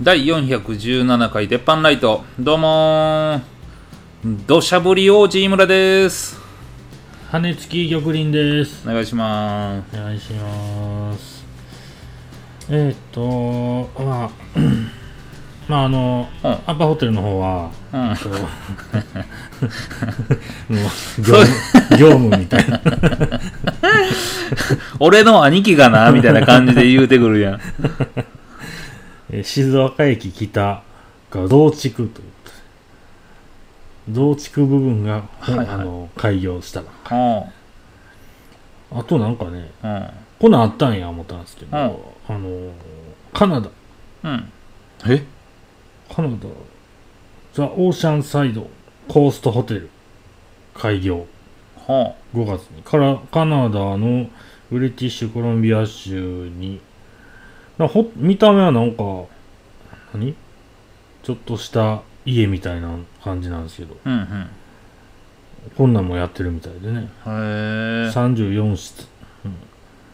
第417回鉄板ライトどうもー土砂降り王子井村です羽根付き玉林ですお願いしまお願いしますえっ、ー、とまあ まああの、うんアッパホテルの方はすうんこうも う業務業務みたいな俺の兄貴がなみたいな感じで言うてくるやんえー静岡駅北が増築ということで増築部分が、はいはいあの開業したばっかおうあとなんかねうんこんなんあったんや思ったんですけど、うんあのカナダうんえカナダ、ザ・オーシャンサイド・コーストホテル開業ほ5月にからカナダのブリティッシュコロンビア州になほ見た目はなんか何ちょっとした家みたいな感じなんですけどううんうんこんなんもやってるみたいでねへえ34室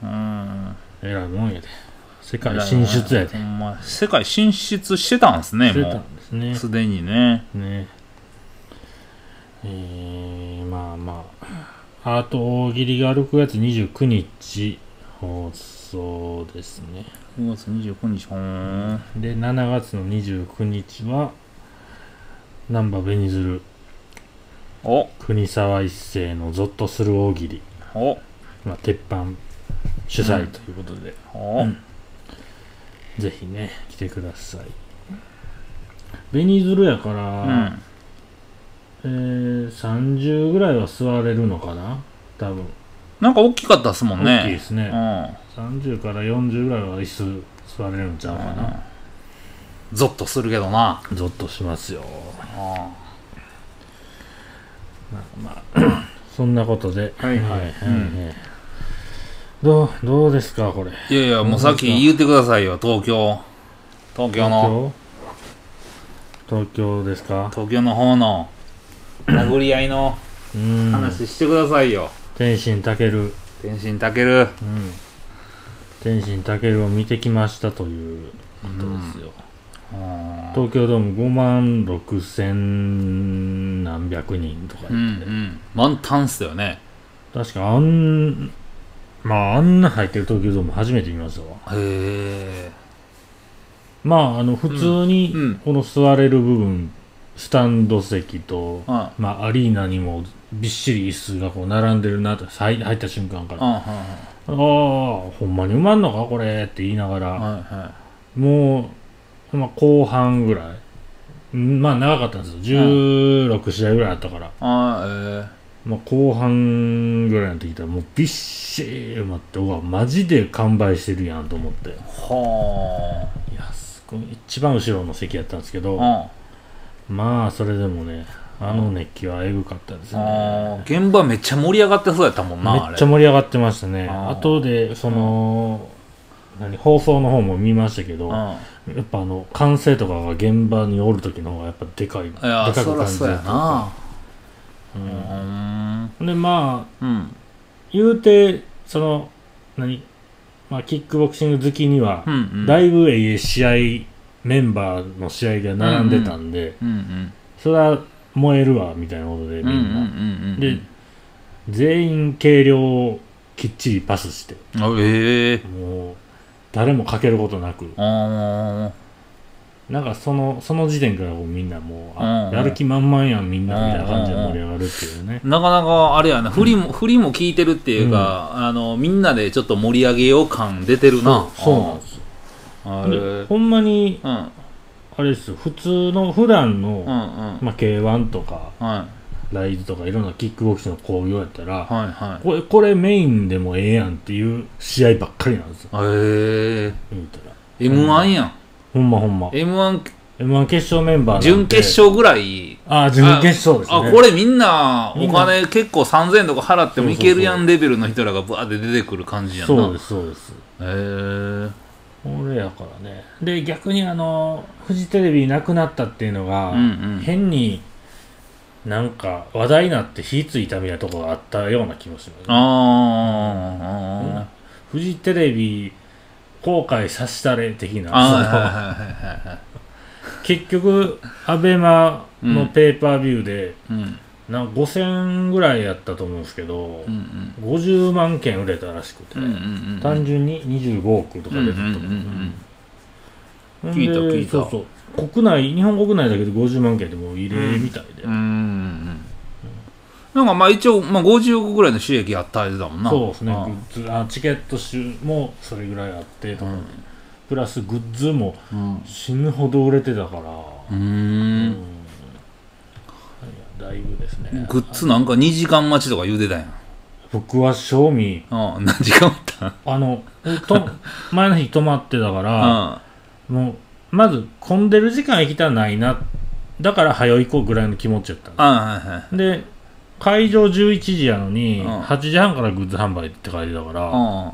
うんえらいもんやで世界進出やでほんま世界進出してたんすね出もたんですうねすでにねねえー、まあまああと大喜利が6月29日放送ですね5月29日ほーんで7月の29日は難波紅鶴お国沢一世のゾッとする大喜利、おまあ、鉄板主催ということで、お、うんぜひね来てください紅鶴やかうら、んえー、30ぐらいは座れるのかな多分なんか大きかったっすもんね大きいですね、うん30から40ぐらいは椅子座れるんちゃうかな、ゾッとするけどなゾッとしますよあそんなことではいはいはいどうどうですかこれいやいやもうさっき言うてくださいよ東京東京の東京東京ですか東京の方の殴り合いのうん話してくださいよ、天心たける天心たけるうん天心たけるを見てきましたということですよ、うん東京ドーム5万6千何百人とかう言って、ん満タンっすよね確かあんまああんな入ってる東京ドーム初めて見ましたわへえまああの普通うんうんにこの座れる部分スタンド席と、うんまあ、アリーナにもびっしり椅子がこう並んでるなと入入った瞬間から「うんあうんあほんまに埋まんのかこれ」って言いながうんらはいはもう、まあ、後半ぐらいんまあ長かったんですよ16試合ぐらいあったから、いあまあ、後半ぐらいになってきたらもうびっしり埋まってうわマジで完売してるやんと思っていえはやすごい一番後ろの席やったんですけど、あまあそれでもねあの熱気はえぐかったですうんねあー現場めっちゃ盛り上がってそうやったもんなあめれっちゃ盛り上がってましたねあー後でその、何放送の方も見ましたけど、やうんっぱあの完成とかが現場におる時の方がやっぱでかいいやでかそくら感じそうやるなううんんでまあうん言うてその何、まあ、キックボクシング好きには、うんうんだいぶええ試合メンバーの試合が並んでたんで、うんうんそれは燃えるわみたいなことでみうんうんな、んうんうんで全員軽量をきっちりパスしてあええもう誰もかけることなくあなんかそのその時点からもうみんなもう、あうんやる気満々やんみんなうんみたいな感じで盛り上がるっていうねー、なかなかあれやな振りも、振りも効いてるっていうか、あのみんなでちょっと盛り上げよう感出てるなそうそうなんですよあーあれでほんまにうんあれですよ普通の普段の、うんうんまあ、K1 とかはいライズとかいろんなキックボクシングの興行やったら、はいはいこれこれメインでもええやんっていう試合ばっかりなんですよえ言うたらえ m 1やん、ほんまほんま m 1 m 1決勝メンバーなんて準決勝ぐらいああ準決勝ですねあこれみんなみおんな金結構3000円とか払ってもいけるやそんレベルの人らがバーって出てくる感じやんなそうですそうですへえ俺やからねで逆にあのフジテレビなくなったっていうのが、うんうん変になんか話題になって火ついたみたいなとこがあったような気もします、ね、あフジテレビ後悔させたれ的なあああはいはいはいはいはい 結局アベマのペーパービューで、うんうんなんか5000ぐらいやったと思うんですけど、うん50万件売れたらしくて、うんうんうん単純に25億とか出たと思う、うんうんうんうん聞いたで聞いたそうそう国内日本国内だけで50万件ってもう異例みたいで、うんうんなんかまあ一応、まあ、50億ぐらいの収益与えてたもんなそうですねああグッズあチケット収もそれぐらいあってとか、プラスグッズもうん死ぬほど売れてたから、ううんんいやだいぶですねグッズなんか2時間待ちとか言うてたやん僕は賞味ああ何時間おったあの と前の日泊まってたから、あもうまず混んでる時間行きたないなだから早行こうぐらいの気持ちやったんですあはいはいで会場11時やのに、うん8時半からグッズ販売って書いてたから、あ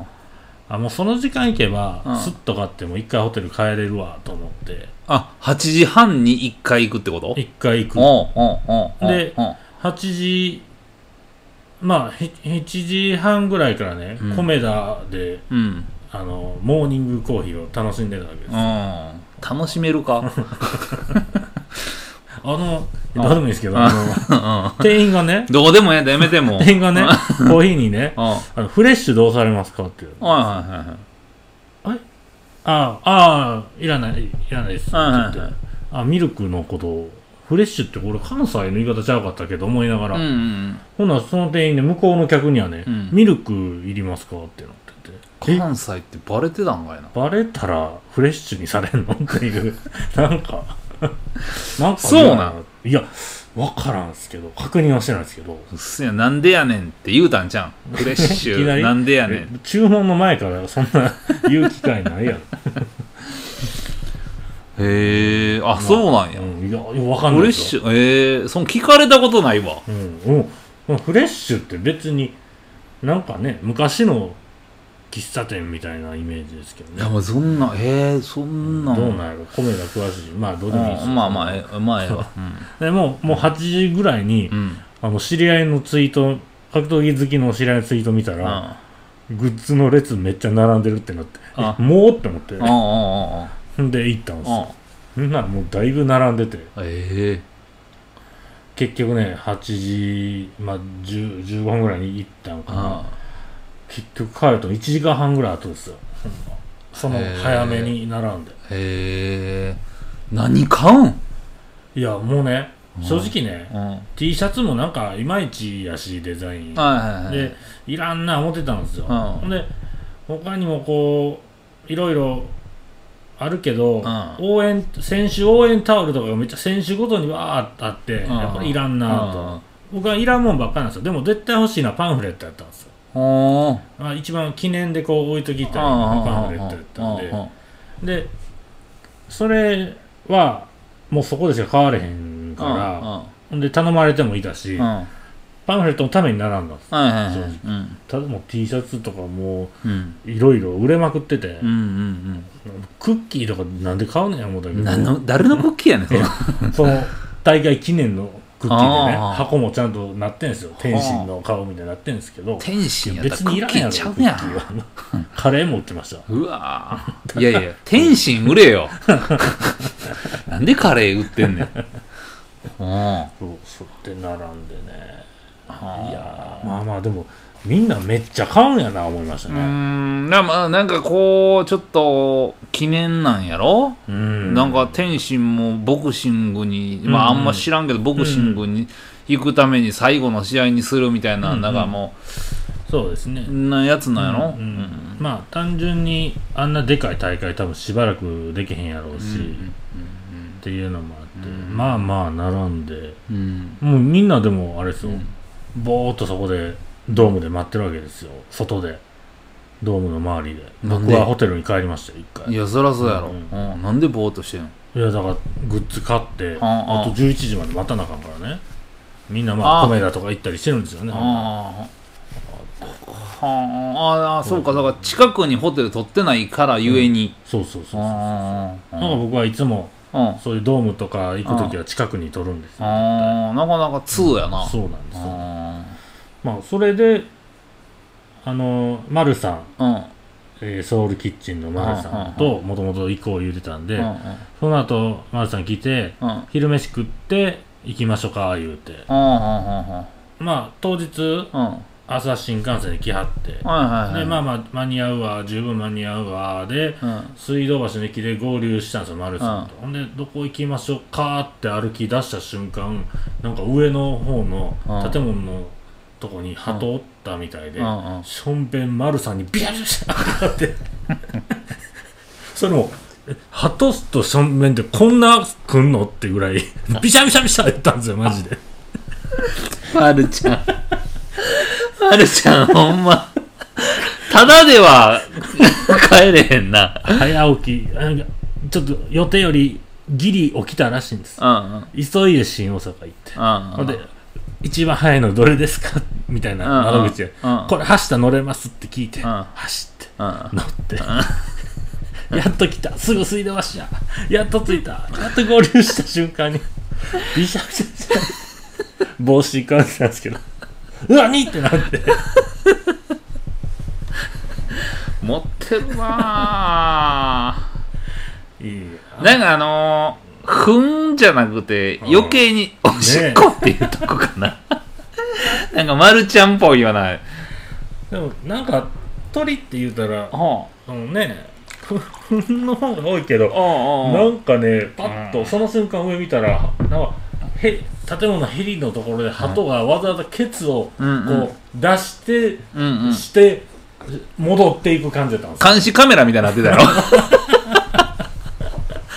あもうその時間行けば、うんスッと買ってもう一回ホテル帰れるわと思ってああ8時半に1回行くってこと一回行くおうおうおうおうでおう8時まあへ7時半ぐらいからね、うんコメダでうんあのモーニングコーヒーを楽しんでたわけです、うあん楽しめるかのどうでもいいですけど、うんあうのん店員 がねどうでもええんだやめてもう店員がねコーヒーにねうんはいあのフレッシュどうされますかっていうはいはいはいああ、ああ、いらない、いらないです。はいはいはいって言ってあ、ミルクのことを、フレッシュってこれ関西の言い方ちゃうかったけど思いながら、うんうんほなその店員で向こうの客にはね、うんミルクいりますかってなってうんて、え関西ってバレてたんかいなバレたらフレッシュにされんのっていう、 な んか、なんか、そうなんいや、わからんすけど、確認はしてないですけど、うっせえなんでやねんって言うたんじゃんフレッシ いきなュりなんでやねんえ注文の前からそんな 言う機会ないやろ。へえあ そうなんやうん、いや、いやわかんないフレッですよシュええその聞かれたことないわうん、うん、フレッシュって別になんかね昔の喫茶店みたいなイメージですけどいやねもうそんなええそんなんどうなんやろ米が詳しいまあどうでもいいですうよんまあまあええまあええ わでもうもう8時ぐらいに、うんうんあの知り合いのツイート格闘技好きの知り合いのツイート見たうんら、グッズの列めっちゃ並んでるってなってあえもうって思ってうんうんうんんで行ったんですうんよほんならもうだいぶ並んでてえ結局ね8時、まあ、10 15分ぐらいに行ったんえかなあ結局帰ると1時間半ぐらい後ですよほんまそのへー早めに並んでへえ何買うんいやもうねうん正直ね、うんはい T シャツもなんかいまいちやしデザイン、はいはいでいらんな思ってたんですよ、うんで他にもこういろいろあるけど、ん応援選手応援タオルとかがめっちゃ選手ごとにわーってあって、うんやっぱりいらんなと、うん僕はいらんもんばっかりなんですよでも絶対欲しいのはパンフレットやったんですよほまあ一番記念でこう置いときたいーパンフレットやったんで、でそれはもうそこでしか買われへんうかんうんら、ほんで頼まれてもいたし、うんうんパンフレットのために並んだんですはいはいはい正直うんただもう T シャツとかもうんういろいろ売れまくってて、うんうんクッキーとかなんで買うねん思ったうけんど何の誰のクッキーやねんそれその大会記念のクッキーでねあー箱もちゃんとなってんですよ天心の顔みたいになってんですけど天心やったら別クにッいらんキやーろちゃうクッやキーんは カレーも売ってましたうわーいやいや天心売れよなんでカレー売ってんねんうんそうそうって並んでねいいやーまあまあでもみんなめっちゃ買うんやな思いましたうねんなまあなんかこうちょっと記念なんやろ、うんなんか天心もボクシングに、まああうんうんんま知らんけどボクシングに行くために最後の試合にするみたいな、うんうんなんかもそうですねうなやつなんやろ、うんうんまあ単純にあんなでかい大会多分しばらくできへんやろうし、っていうのもあって、うんまあまあ並んでうんうんもうみんなでもあれですよ、うんぼーっとそこでドームで待ってるわけですよ外でドームの周りでなん僕ではホテルに帰りましたよ一回いやそらそうやろ、ううんんなんでぼーっとしてんのいやだからグッズ買ってあああと11時まで待たなあかんからねみんなまあああ米田とか行ったりしてるんですよねああはああそうかそうか近くにホテル取ってないからゆえに、そうそうそうそううああなんか僕はいつもうんあそういうドームとか行く時は近くに撮るんですよあなかなか2やなそうなんですよあまあそれであの丸さんあうんえーソウルキッチンのマルさんともともと行こう言うてたんで、うんその後マルさん来てうんうん昼飯食って行きましょうか言うてあまあ当日あ、うん、はい朝新幹線で来はってではいはい。まあまあ間に合うわ十分間に合うわでうん、水道橋の駅で合流したんですよ丸さんと、ほんでどこ行きましょうかって歩き出した瞬間なんか上の方のうん建物のとこに鳩おったみたいで、うん うんしょんべん丸さんにビャッシャーって それも鳩としょんべんってこんなくんのってぐ らいビシャビシャビシャ言ったんですよマジでまるちゃん。 まるちゃん、ほんま。ただでは帰れへんな。早起きなんかちょっと予定よりギリ起きたらしいんですうんうん。急いで新大阪行ってうんほんで、一番早いのどれですかみたいなうん窓口で、うんこれ、走ったら乗れますって聞いて、ん走って、うんうん乗って、やっと来た、すぐ水道橋や、やっと着いた、やっと合流した瞬間に、びしゃびしゃびしゃ、帽子いかんでたんですけど、うわ、にってなって、持ってるわいいよー。なんかあのー、ふんじゃなくて、余計におしっこっていうとこかな。なんか、まるちゃんっぽいよな。でも、なんか、鳥って言うたら、ほあのね、ふふんの方が多いけうど、おうなおうんかね、パッうとんその瞬間上見たら、なんかへ建物のヘリのところで鳩がわざわざケツをこううんうん出して、うんうん。して、戻っていく感じだったんですよ。監視カメラみたいになってた よ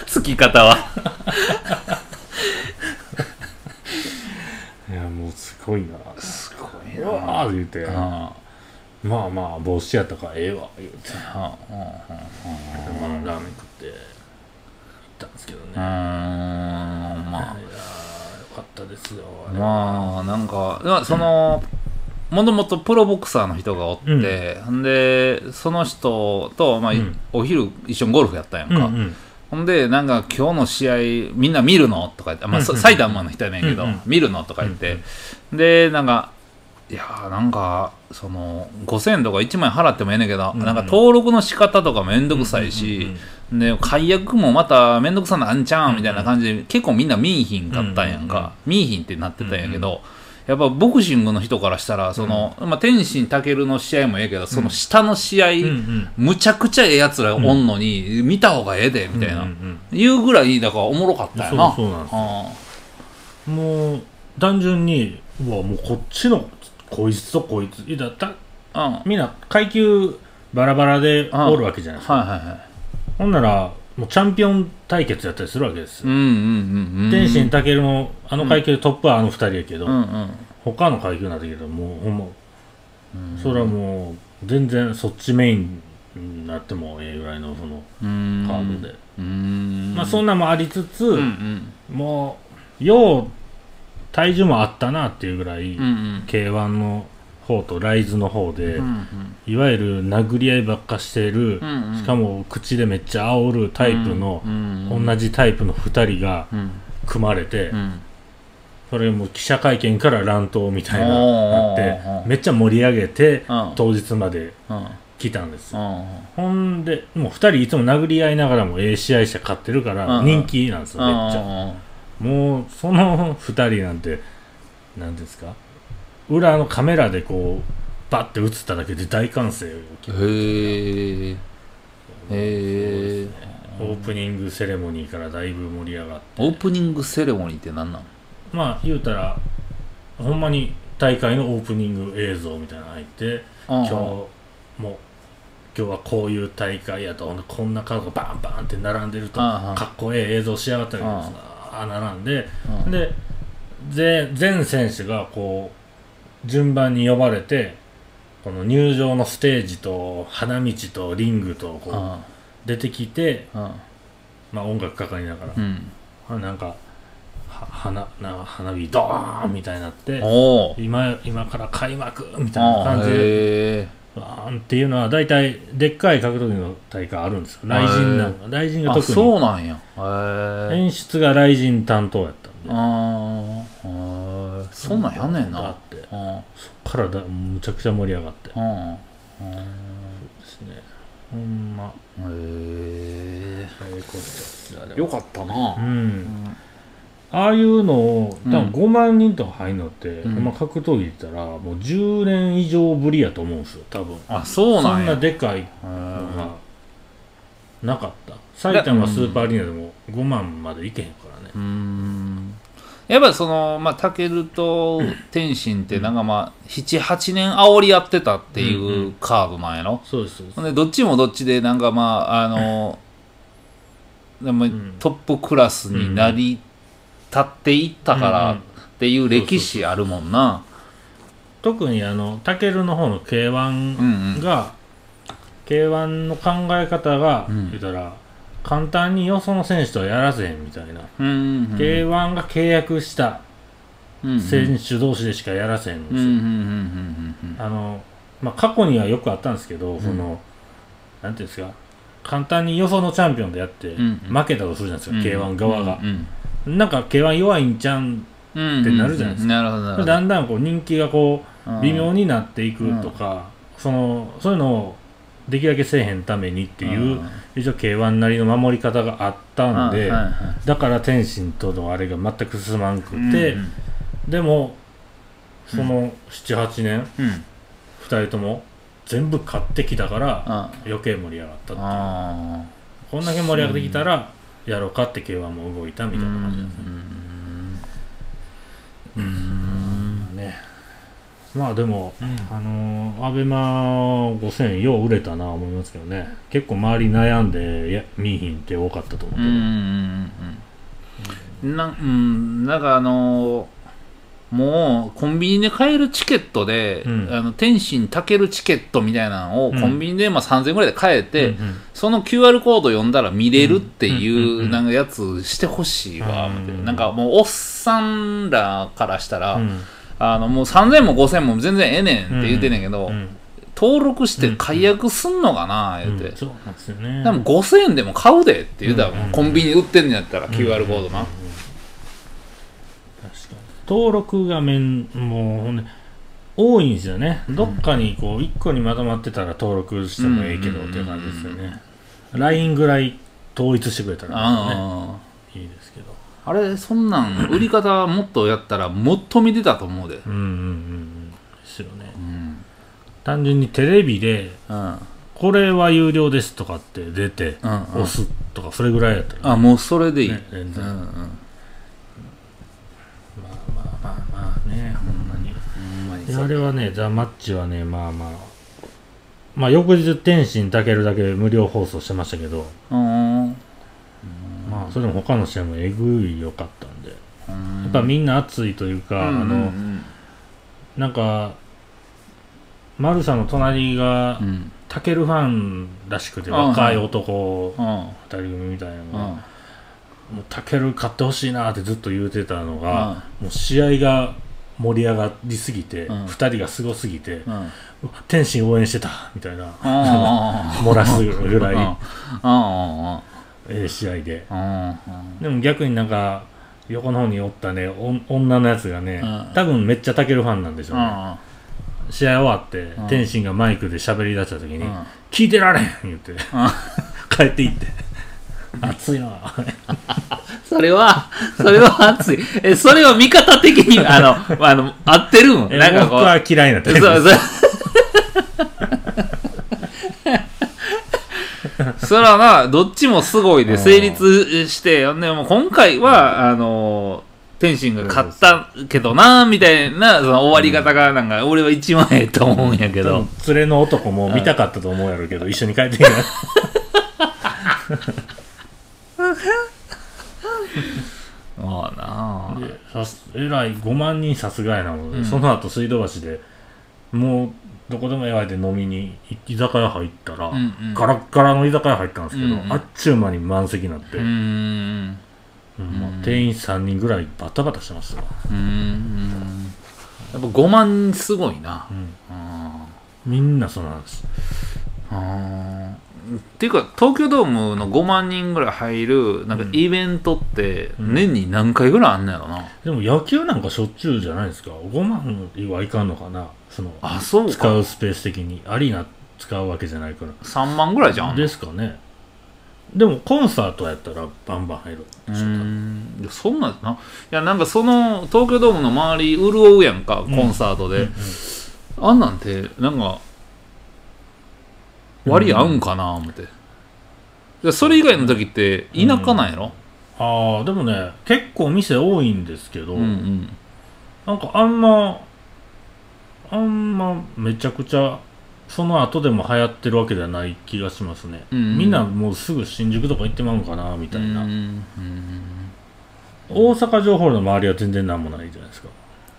つき方は。いや、もうすごいな。すごいうわー言うて、な。まあまあ、帽子やったからええわ、言うて、うまあ、ラーメン食って行ったんですけどね。ん。いやまあ、ー、よかったですよ。あれまあ、なんか、まあその、もともとプロボクサーの人がおって、ん、で、その人と、まあ、いうんお昼一緒にゴルフやったやんか。うんうんほんで、なんか、今日の試合、みんな見るのとか言って、まあ、うんうんさ埼玉の人やねんけど、うんうん見るのとか言って、で、なんか、いやーなんか、その、5000円とか1万円払ってもええねんけど、うんうんなんか登録の仕方とかめんどくさいし、うんうんうんで解約もまた面倒くさなあんちゃうんみたいな感じで、結構みんな見いひんかったんやんか、うんうんうん見いひんってなってたんやけど、やっぱボクシングの人からしたらその、まあ、天心健の試合もええけどその下の試合、うんうんむちゃくちゃええやつらおんのに、見た方がええでみたいな、うんうんいうぐらいだからおもろかったよなそうそうなんですあもう単純にうわもうこっちのこいつとこいついやだあうんはいみんな階級バラバラでああおるわけじゃないですかはいはいほんならもうチャンピオン対決やったりするわけですうよ、んうんうんうん天心健のあの階級でトップはあの二人やけど、うんうん他の階級なんだけどもうほんま、それはもう全然そっちメインになってもええぐらいのそのうんカードで、うんまあそんなんもありつつ、うんうんもうよう体重もあったなっていうぐらい、うんうん k 1の方とライズの方で、うんうんいわゆる殴り合いばっかしてる、んうんしかも口でめっちゃ煽るタイプのう、んうん同じタイプの2人がうん組まれて、うんそれも記者会見から乱闘みたいななっおてーおーおーめっちゃ盛り上げて、うん当日までうん来たんですうよ、んほんでもう2人いつも殴り合いながらもええ試合して勝ってるからうん人気なんですよ、めっちゃ、もうその2人なんて何ですか裏のカメラでこうバッて映っただけで大歓声を受けへえへえオープニングセレモニーからだいぶ盛り上がってオープニングセレモニーって何なのまあ言うたらほんまに大会のオープニング映像みたいなの入って今今日も今日はこういう大会やとほんでこんな数がバンバンって並んでるとうんうんかっこええ映像しやがったりとうんかあー並んでうんで全全選手がこう順番に呼ばれてこの入場のステージと花道とリングとこううん出てきて、うんまあ、音楽かかりながら、うんあなんかは花なんか花火ドーンみたいになっておお今今から開幕みたいなあ感じでへえバーンっていうのは大体でっかい格闘技の大会あるんですよ雷神なんか雷神があ特にそうなんやへえ演出が雷神担当やったんであーへえそんなんやんねんだなってうんからだむちゃくちゃ盛り上がってうんですねほんまえええことえよかったなう、んああいうのを多分うん5万人とか入るのって、うんほんま格闘技言ったらもう10年以上ぶりやと思うんですよ多分あそうそなんんなやでかいのがなかった埼玉スーパーアリーナでも5万までいけへんからねうーんやっぱりそのまあタケルと天心ってなんかまあ78年煽り合ってたっていうカードなんやろ、そうですそうですほんでどっちもどっちでなんかまああの、でもんトップクラスになりたっていったからうんっていう歴史あるもんな特にあのタケルの方の K1 うんうんが、K1 の考え方が、うん言うたら簡単によその選手とはやらせへんみたいな、うんうん K1 が契約したうんうん選手同士でしかやらせへんのうんでうすんよ、うんうんうんあのまあ、過去にはよくあったんですけど、そのなんていうんですか簡単によそのチャンピオンでやって、んうん負けたとするじゃないですか、うん K1 側がう、んなんか K1 弱いんちゃうんうんってなるじゃないですかうんなるほどなるほどだんだんこう人気がこうんう微妙になっていくとか、そのそういうのをできるだけせえへんためにっていううん一応 K1 なりの守り方があったんで、はいはいだから天心とのあれが全く進まんくうんて、うんでもその78年うん2人とも全部買ってきたからあ余計盛り上がったっていうあこんだけ盛り上がってきたらやろうかって K1 も動いたみたいな感じなんですね。ねまあでも、あのー、アベマ5000よう売れたな思いますけどね結構周り悩んでいや見いひんって多かったと思ううけんど、うんうんうんなうんなんかあのーもうコンビニで買えるチケットで、うんあの天心たけるチケットみたいなのをうんコンビニでまあ3000円ぐらいで買えて、うんうんその QR コード読んだら見れるっていうんうんうんううんなんかやつしてほしいわ、うんみたいななんかもうおっさんらからしたら、うんあのもう3000も5000も全然ええねんって言ってんねんけど、うん登録して解約すんのかな、う言うて、んそうなんですよねでも5000円でも買うでって言うたら、うんうんコンビニで売ってんのやったら QR コードな、確かに登録画面もうほんで多いんですよねどっかにこう1個にまとまってたら登録してもええけどっていう感じですようんうんね LINE ぐらい統一してくれたら、ね、あいいですけどああれそんなん売り方もっとやったらもっと見てたと思うでうんうんうんうんですよねうん、単純にテレビでうんこれは有料ですとかって出てうんうん押すとかそれぐらいやったらあもうそれでいい、ね全うん然うまんあまあまあまあねほんまにほんまにでそあうれはねザ・マッチはねまあまあまあ翌日天心たけるだけ無料放送してましたけどうんうんまあそれでも他の試合もえぐい良かったんでやっぱうんみんな熱いというかあうんのなんかマルサの隣がうんうんたけるファンらしくてあはい若い男うん二人組みたいなのうがんもうタケル買ってほしいなってずっと言うてたのうんが、もう試合が盛り上がりすぎて、うん二人がすごすぎて、うんうわ天心応援してたみたいな、うんうんうん漏らすぐらうんい、うんうんええ試合で。うんでも逆になんか、横の方におったね、おん女のやつがね、うん多分めっちゃタケルファンなんでしょううね。ん試合終わって、ん天心がマイクで喋り出した時に、うん聞いてられん言って、帰ってい って。熱いなそれは、それは熱い。え、それは味方的に、あの、あの、合ってるん。 えなんか僕こう。は嫌いなタイプですそう そう。そらな、どっちもすごいで成立して、ほんでもう今回は、あの、天心が勝ったけどな、みたいな、その終わり方が、なんか、俺は一番ええと思うんやけど。連れの男も見たかったと思うやろうけど、一緒に帰 ってきた。まあなあでさすえらい5万人殺害なので、うんその後水道橋でもうどこでもやわいで飲みにい居酒屋入ったら、うんうんガラッガラの居酒屋入ったんですけど、うんうんあっちゅう間に満席になって、うーん。うんもう店員3人ぐらいバタバタしてましたわ、うーん。やっぱ5万人すごいなう。んうんみんなその話あーっていうか東京ドームの5万人ぐらい入るなんかうんイベントってうん年に何回ぐらいあんのやろな、でも野球なんかしょっちゅうじゃないですか5万はいかんのかなそのあそうか使うスペース的にアリーナ使うわけじゃないから3万ぐらいじゃん。ですかねでもコンサートやったらバンバン入るうでしょーん。いやそんなんな。いや、なんかその、東京ドームの周り、潤うやんか、んコンサートで。うんあんなんて、なんか、割合合うんかな、思って。でそれ以外の時って、田舎なんやろ、ああでもね結構店多いんですけど、うん、うんなんかあんまあんまめちゃくちゃその後でも流行ってるわけではない気がしますね、うんみんなもうすぐ新宿とか行ってまうんかなみたいな、うんうん大阪城ホールの周りは全然なんもないじゃないですか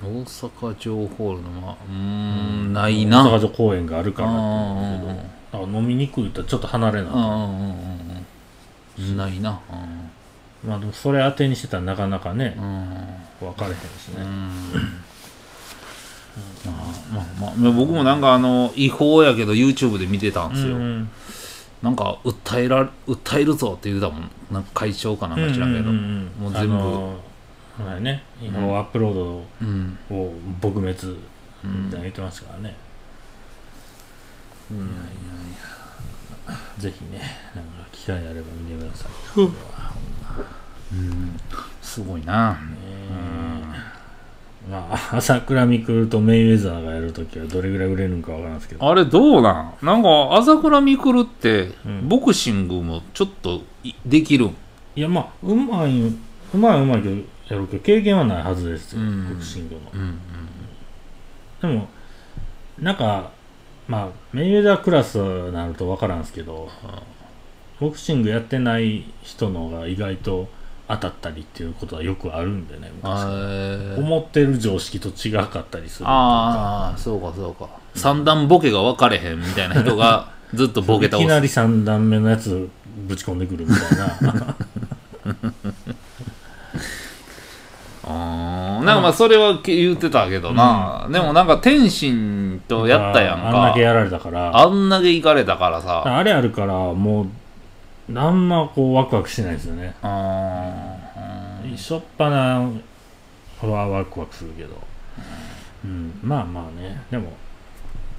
大阪城ホールのまあうーんない大な阪城公園があるからって思うんだあけどなんか飲みにくいとちょっと離れない、うんうんうんうんないなまあでもそれ当てにしてたらなかなかねうん、うん分かれへんしうね、んまあまあまあ、僕もなんかあの違法やけど YouTube で見てたんですよ、んなんか訴えら訴えるぞって言うたもんなんか会長かなんか知らんけどうんうんうんもう全部あのーはいね今アップロードうんを撲滅みうたいんな言ってますからね、うんぜひねなんか機会あれば見てください、うんすごいなうんまあ朝倉未来とメイウェザーがやるときはどれぐらい売れるのかわからんですけどあれどうなんなんか朝倉未来ってうんボクシングもちょっといできるんいやまあうまいうまいうまいけどやるけど経験はないはずですよ、うんボクシングのうんうんでもなんかまあメイウェザークラスになると分からんすけど、ボクシングやってない人のが意外と当たったりっていうことはよくあるんでね昔あー思ってる常識と違かったりするあーそうかそうか三段ボケが分かれへんみたいな人 がずっとボケい倒きなすり3段目のやつぶち込んでくるみたい なあーなんかまあそれは言ってたけどな、でもなんか天心とやったやんあんだかけやられたからああんだけ行かれたからされあるからもうあんまこうワクワクしないですよねあーしょっぱなはワクワクするけど、うん、まあまあねでも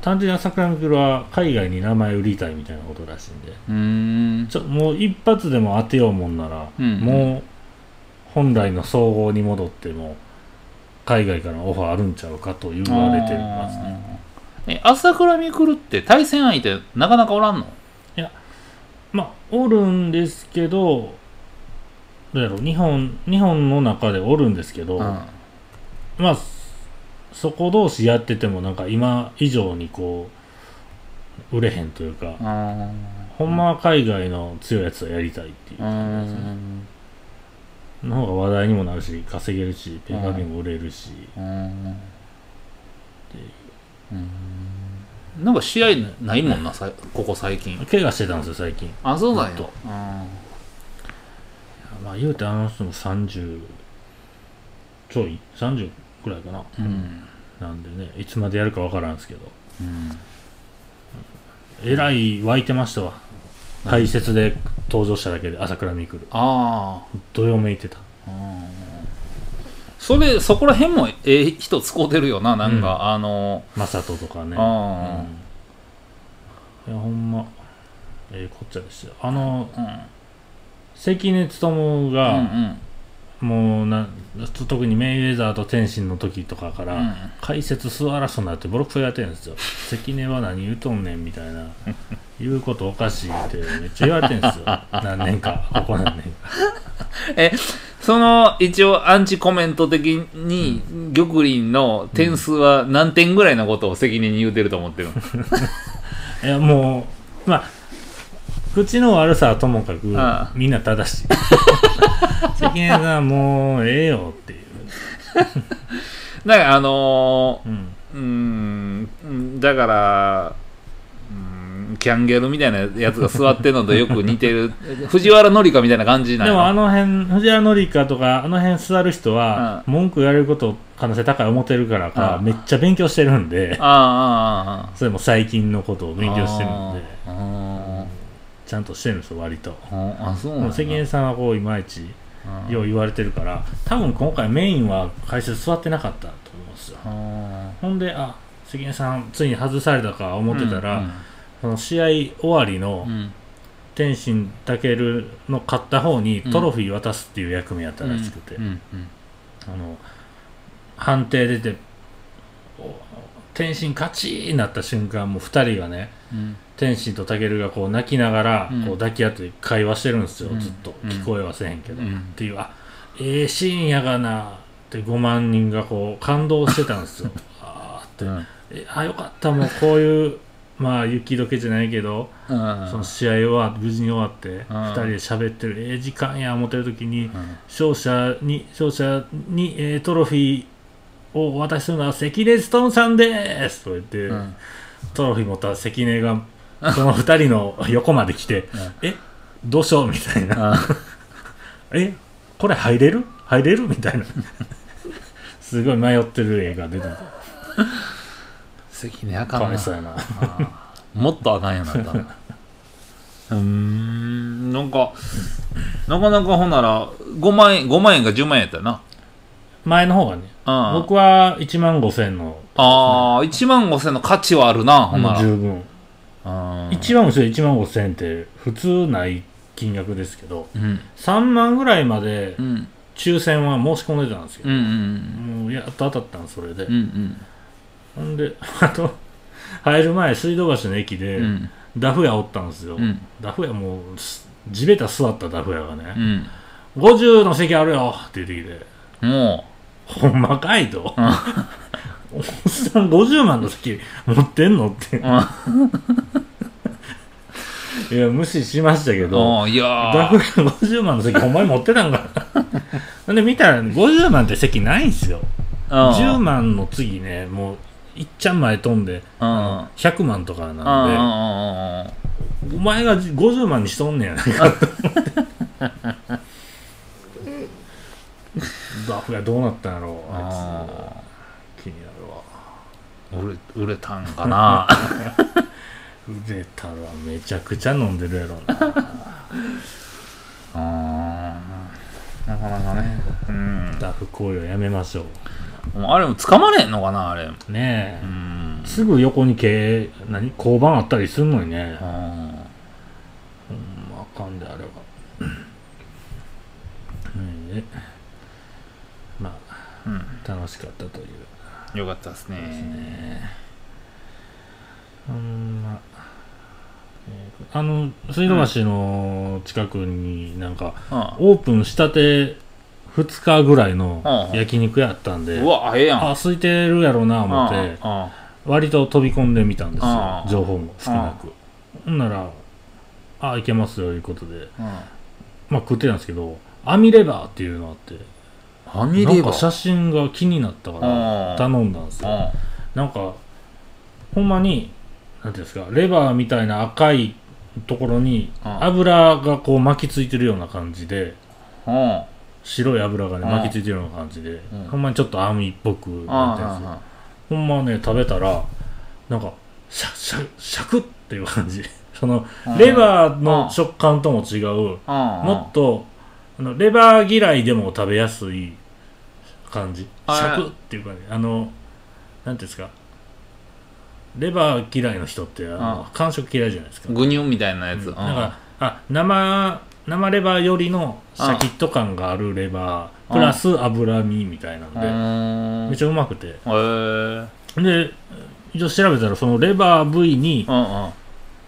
単純に朝倉未来は海外に名前売りたいみたいなことらしいんでうーんちょもう一発でも当てようもんなら、うんもう本来の総合に戻っても海外からのオファーあるんちゃうかと言われてますねあーえ朝倉未来って対戦相手なかなかおらんのまあおるんですけどどうやろう日本日本の中でおるんですけど、まあそそこ同士やっててもなんか今以上にこう売れへんというか、あほんまは海外の強いやつをやりたいっていうーう感じですね、んの方が話題にもなるし稼げるしペンカビも売れるし、うーんうんなんか試合ないもんな、さいここ最近。怪我してたんですよ最近あ、そうなんやずっと。まあ言うてあの人も30ちょい30くらいかな、うん。なんでねいつまでやるかわからんすけどうん。えらい湧いてましたわ解説で登場しただけで朝倉未来あどよめいてたあ。うんそれ、そこら辺もええ人使うてるよな、なんか、うあの、正人とかねあうんいやほんまええこっちゃですよあのうん。関根勤うん。が、うんもうな特にメイウェザーと天心の時とかかうら、ん。解説座らすなってボロクソやってるんですよ関根は何言うとんねんみたいな言うことおかしいってめっちゃ言われてる んですよ何年かここ何年かえ、その、一応、アンチコメント的に、玉林の点数は何点ぐらいのことを責任に言うてると思ってるのいやもうまあ口の悪さはともかくああみんな正しい 関根さんもうええよっていう、だから、あのうん、ー、うーんうん、だから、うーんキャンゲルみたいなやつが座ってるのとよく似てる藤原紀香みたいな感じなんでやもあなの辺藤原紀香とかあの辺座る人は文句言われること可能性高い思ってるからああかめっちゃ勉強してるんでああああああそれも最近のことを勉強してるんであーちゃんとしてるんですよ割とあーあそうでなんもだ関根さんはこういまいちうんよう言われてるから多分今回メインは解説座ってなかったと思うんですよあーほんであ関根さんついに外されたか思ってたら、うんその試合終わりのうん。天心たけるの勝った方にトロフィー渡すっていう役目やったらしくて、うんうんあの判定出てお天心勝ちになった瞬間もう2人がねうん天心とたけるがこう泣きながらうんこう抱き合って会話してるんですよ、うんずっとうん聞こえはせへんけど、うんっていうあええシーンやがなって5万人がこう感動してた んですよあーって、うんえあよかったもうこういうまあ雪解けじゃないけどうんその試合は無事に終わってうん2人で喋ってるええ時間や思ってる時にうん勝者に勝者に、えートロフィーをお渡しするのは関根勤さんですと言って、うんトロフィー持った関根がその2 人の横まで来て「えどうしよう?」みたいなあ「えこれ入れる入れる?」み たいなすごい迷ってる映画出た関根あかかんわないそうやなもっとあかんやなったなうーんなんかなかなかほんなら5万円5万円か10万円やったよな前の方がねうん僕は1万5千のああ1万5000の価値はあるなほんなもうら、十分うん、 1万5千1万5千って普通ない金額ですけどうん3万ぐらいまでうん抽選は申し込んでたんですようんう、んもうやっと当たったんそれで、うんうんほんで あと入る前水道橋の駅で、うんダフ屋おったんですよ、うんダフ屋もうす地べた座ったダフ屋がうね、ん50の席あるよって言ってきてもほんまかいとうんおっさん50万の席持ってんのってう、うんいや無視しましたけどうんいやーダフ屋50万の席お前持ってたんか ほんで見たら50万って席ないんすようん10万の次ねもういっちゃん前飛んでうんあの100万とかうんうんなんうんうんでお前が50万にしとんね やないかと思ってダフがどうなったんやろうああいつ気になるわー売れ売れたんかな売れたらめちゃくちゃ飲んでるやろうな うんなかなかねうんダフ行為はやめましょもうあれも捕まれへんのかなあれうねうえ、んすぐ横に経営何交番あったりすんのにね、うんうん、あかんであ れは。うんね、まあ、うん楽しかったという。よかったですねうんまあえーあの、水道橋の近くになんか、うオープンしたて2日ぐらいのうん焼肉屋あったんで、んうわええやんあ、空いてるやろうな、思って、うん割と飛び込んでみたんですよう、ん情報も少なく。ほんなら、あ、いけますよ、いうことで。まあ食ってたんですけど、網レバーっていうのがあって、うんうん網なんレかバー写真が気になったからうん頼んだんですよ。なんか、ほんまに、なんていうんですか、レバーみたいな赤いところにうん油がこう巻きついてるような感じで、うんうん白い油がねうん巻きついてるような感じでうん、ほんまにちょっと網っぽくなってるんですよ。あほんまね、食べたら、なんか、シャシャシャクっていう感じ。 その、レバーの食感とも違う、あもっとあのレバー嫌いでも食べやすい感じシはいャクっていうかねあのなんていうんですかレバー嫌いの人ってあのあ感触嫌いじゃないですかグニュンみたいなやつだからあ生生レバーよりのシャキッと感があるレバーあプラス脂身みたいなんうでんめっちゃうまくてへえで一応調べたらそのレバー部位にうんうん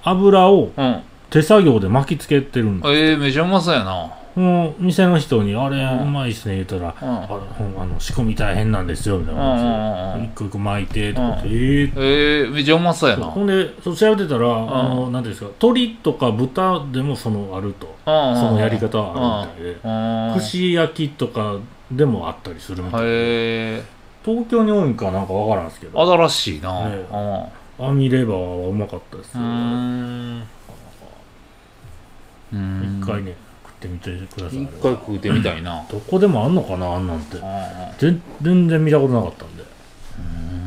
油をうん手作業で巻きつけてるんだええめちゃうまそうやなもう店の人に「あれうんうまいっすね」言ったら「うんあれほんあの仕込み大変なんですよ」みたいなうんうんうん感うんじで一個一個巻いてとかってうええーええめちゃうまそうやなほんでそう調べてたらあのなんていうんですか鶏とか豚でもそのあるとそそのやり方はあるみたいでうん串焼きとかでもあったりするみたいでへえ東京に多いんかなんかわからんですけど新しいな、ねうん網レバーはうまかったでうすよーんうーん一回ね食ってみてください一あれ回は食うてみたいなどこでもあんのかなあんなんてうんうん全全然見たことなかったんで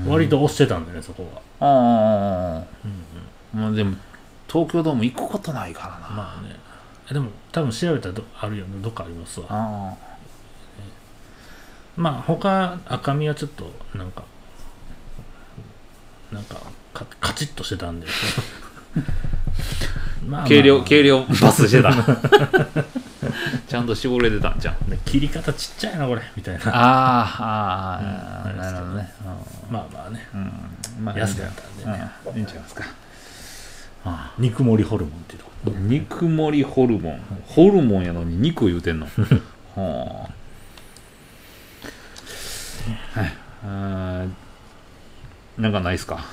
割と押してたんでねそこはうんうんうんまあでも東京ドーム行くことないからなまあねでも多分調べたらどあるよねどっかありますわあまあ他赤身はちょっと なんかなんかカカチッとしてたんでまあまあ軽量、軽量パスしてた。 ちゃんと絞れてたんじゃん。切り方ちっちゃいなこれみたいなあーあー、うんなるほどね。まあまあねうん。まあ安かったんでね、うんいいんちゃいますか。肉盛りホルモンっていうとこ肉盛りホルモン。ホルモンやのに肉言うて んの。はあ。はいあー。なんかないっすか。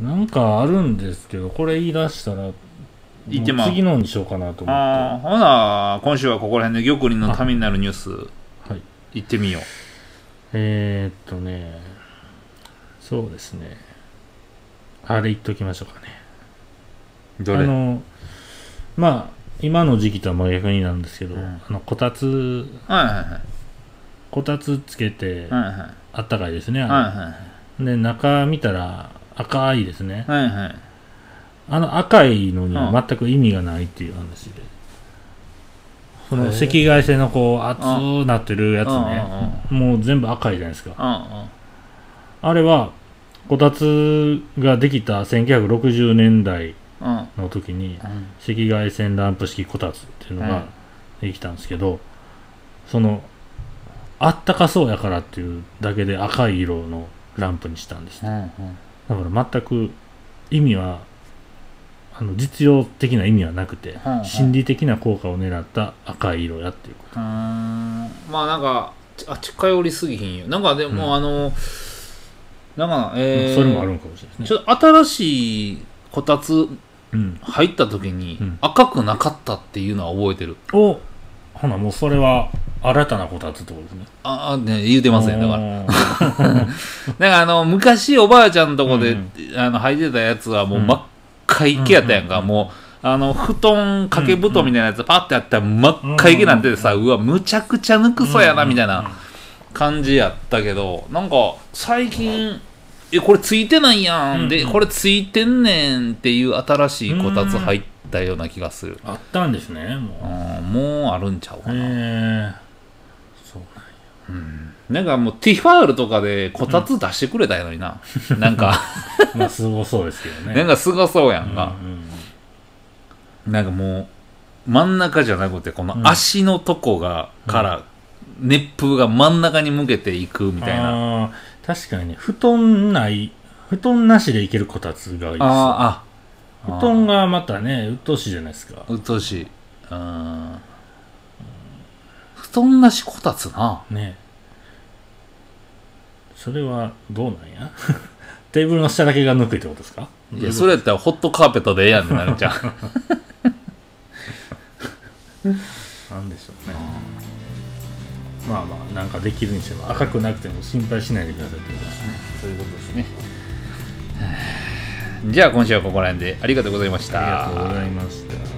なんかあるんですけどこれ言い出したら言ってまうもう次のにしようかなと思っああ、ほな、今週はここら辺で玉林のためになるニュース、てはい行ってみよう。えー、っとねそうですねあれ言っときましょうかねどあれのまあ今の時期とは真逆になんですけど、うんあのこたつはいはいはい。こたつつけてはいはい。あったかいですね、あのはで中見たら赤いですねいはい。はいはい。あの赤いのにはうん全く意味がないっていう話で、このへえ赤外線のこう熱くなってるやつうね、もう全部赤いじゃないですかんうんうん。うんうん。あれはこたつができた1960年代の時にうん赤外線ランプ式こたつっていううのんができたんですけど、そのあったかそうやからっていうだけで赤い色のランプにしたんですねうんだから全く意味はあの実用的な意味はなくて、はいはい心理的な効果を狙った赤い色やっていうこうんまあなんかちあ近寄りすぎひんよなんかでも、うんあのなんかと、えーそれもあるのかもしれないですちね、ょっと新しいこたつうん、入った時にうん赤くなかったっていうのは覚えてる、おほなもうそれは新たなこたつってことですねああね言うてますねだかららだからあの昔おばあちゃんとこで、うんあの履いてたやつはもううん真っ赤いけやったやんか、うんうんもうあの布団掛け布団みたいなやつパッてやったら真っ赤いけなんてさ、うわむちゃくちゃぬく そやなみたいな、感じやったけどなんか最近「えこれついてないやん」で、うんうんこれついてんねん」っていう新しいこたつ入ったような気がする、あったんですねうもん、もうあるんちゃううかへな、えそうなんやなんかもうティファールとかでこたつ出してくれたやのにな、なんかまあすごそうですけど ねなんかすごそうやんうかん、うんなんかもう真ん中じゃなくてこの足のとこが、から熱風が真ん中に向けていくみたいな、ああー確かにね布団ない布団なしでいけるこたつがいいですよああ布団がまたね、うっとうしいじゃないですか。うっとうしい。うん。布団なしこたつな。ねそれはどうなんや テーブルの下だけが抜くってことですかいや、それやったらホットカーペットでええやんってなるじゃん。なんでしょうね。まあまあ、なんかできるにしても赤くなくても心配しないでくださいってことですね。そういうことですね。じゃあ今週はここら辺でありがとうございました。ありがとうございました。